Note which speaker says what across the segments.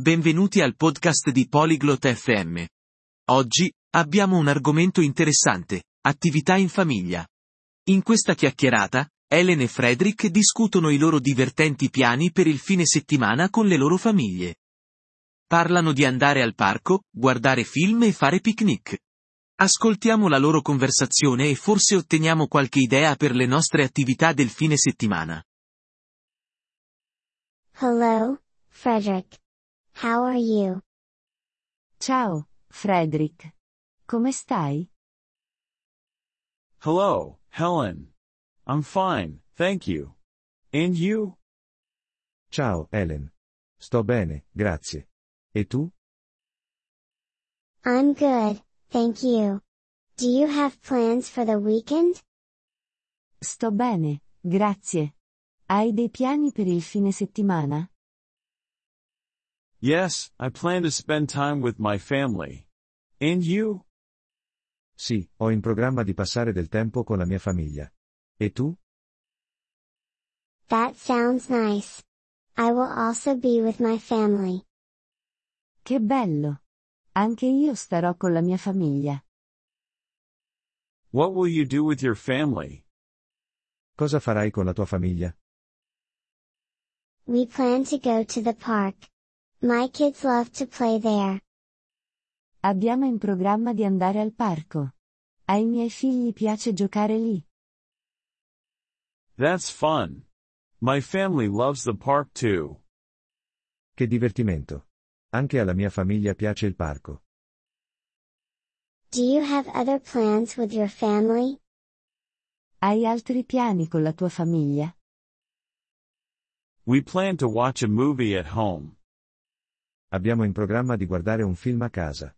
Speaker 1: Benvenuti al podcast di Polyglot FM. Oggi, abbiamo un argomento interessante, attività in famiglia. In questa chiacchierata, Helen e Frederick discutono i loro divertenti piani per il fine settimana con le loro famiglie. Parlano di andare al parco, guardare film e fare picnic. Ascoltiamo la loro conversazione e forse otteniamo qualche idea per le nostre attività del fine settimana.
Speaker 2: Hello, Frederick. How are you?
Speaker 3: Ciao, Frederick. Come stai?
Speaker 4: Hello, Helen. I'm fine, thank you. And you?
Speaker 5: Ciao, Helen. Sto bene, grazie. E tu?
Speaker 2: I'm good, thank you. Do you have plans for the weekend?
Speaker 3: Sto bene, grazie. Hai dei piani per il fine settimana?
Speaker 4: Yes, I plan to spend time with my family. And you?
Speaker 5: Sì, ho in programma di passare del tempo con la mia famiglia. E tu?
Speaker 2: That sounds nice. I will also be with my family.
Speaker 3: Che bello! Anche io starò con la mia famiglia.
Speaker 4: What will you do with your family?
Speaker 5: Cosa farai con la tua famiglia?
Speaker 2: We plan to go to the park. My kids love to play there.
Speaker 3: Abbiamo in programma di andare al parco. Ai miei figli piace giocare lì.
Speaker 4: That's fun. My family loves the park too.
Speaker 5: Che divertimento. Anche alla mia famiglia piace il parco.
Speaker 2: Do you have other plans with your family?
Speaker 3: Hai altri piani con la tua famiglia?
Speaker 4: We plan to watch a movie at home.
Speaker 5: Abbiamo in programma di guardare un film a casa.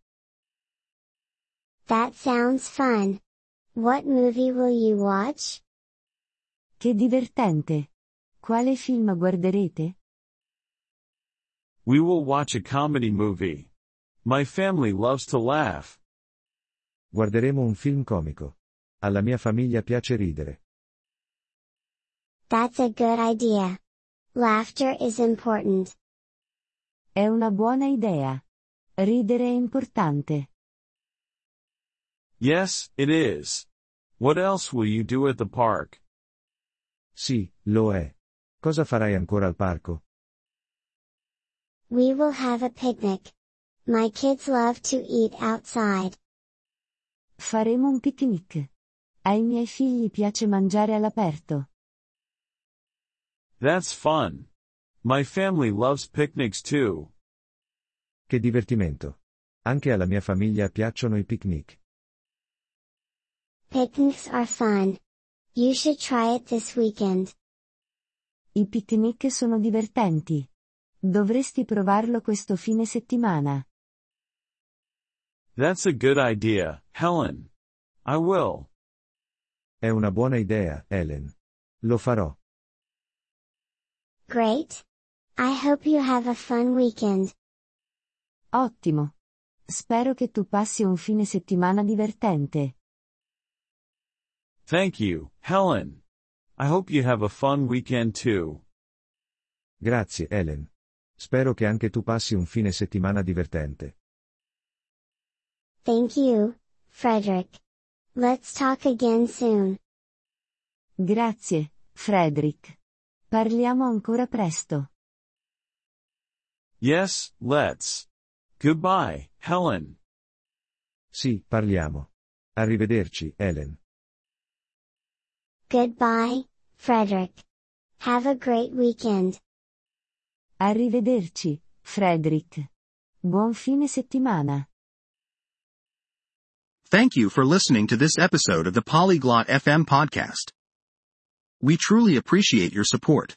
Speaker 2: That sounds fun. What movie will you watch?
Speaker 3: Che divertente! Quale film guarderete?
Speaker 4: We will watch a comedy movie. My family loves to laugh.
Speaker 5: Guarderemo un film comico. Alla mia famiglia piace ridere.
Speaker 2: That's a good idea. Laughter is important.
Speaker 3: È una buona idea. Ridere è importante.
Speaker 4: Yes, it is. What else will you do at the park?
Speaker 5: Sì, lo è. Cosa farai ancora al parco?
Speaker 2: We will have a picnic. My kids love to eat outside.
Speaker 3: Faremo un picnic. Ai miei figli piace mangiare all'aperto.
Speaker 4: That's fun. My family loves picnics too.
Speaker 5: Che divertimento. Anche alla mia famiglia piacciono i picnic.
Speaker 2: Picnics are fun. You should try it this weekend.
Speaker 3: I picnic sono divertenti. Dovresti provarlo questo fine settimana.
Speaker 4: That's a good idea, Helen. I will.
Speaker 5: È una buona idea, Helen. Lo farò.
Speaker 2: Great. I hope you have a fun weekend.
Speaker 3: Ottimo. Spero che tu passi un fine settimana divertente.
Speaker 4: Thank you, Helen. I hope you have a fun weekend too.
Speaker 5: Grazie, Helen. Spero che anche tu passi un fine settimana divertente.
Speaker 2: Thank you, Frederick. Let's talk again soon.
Speaker 3: Grazie, Frederick. Parliamo ancora presto.
Speaker 4: Yes, let's. Goodbye, Helen.
Speaker 5: Sì, parliamo. Arrivederci, Helen.
Speaker 2: Goodbye, Frederick. Have a great weekend.
Speaker 3: Arrivederci, Frederick. Buon fine settimana.
Speaker 6: Thank you for listening to this episode of the Polyglot FM podcast. We truly appreciate your support.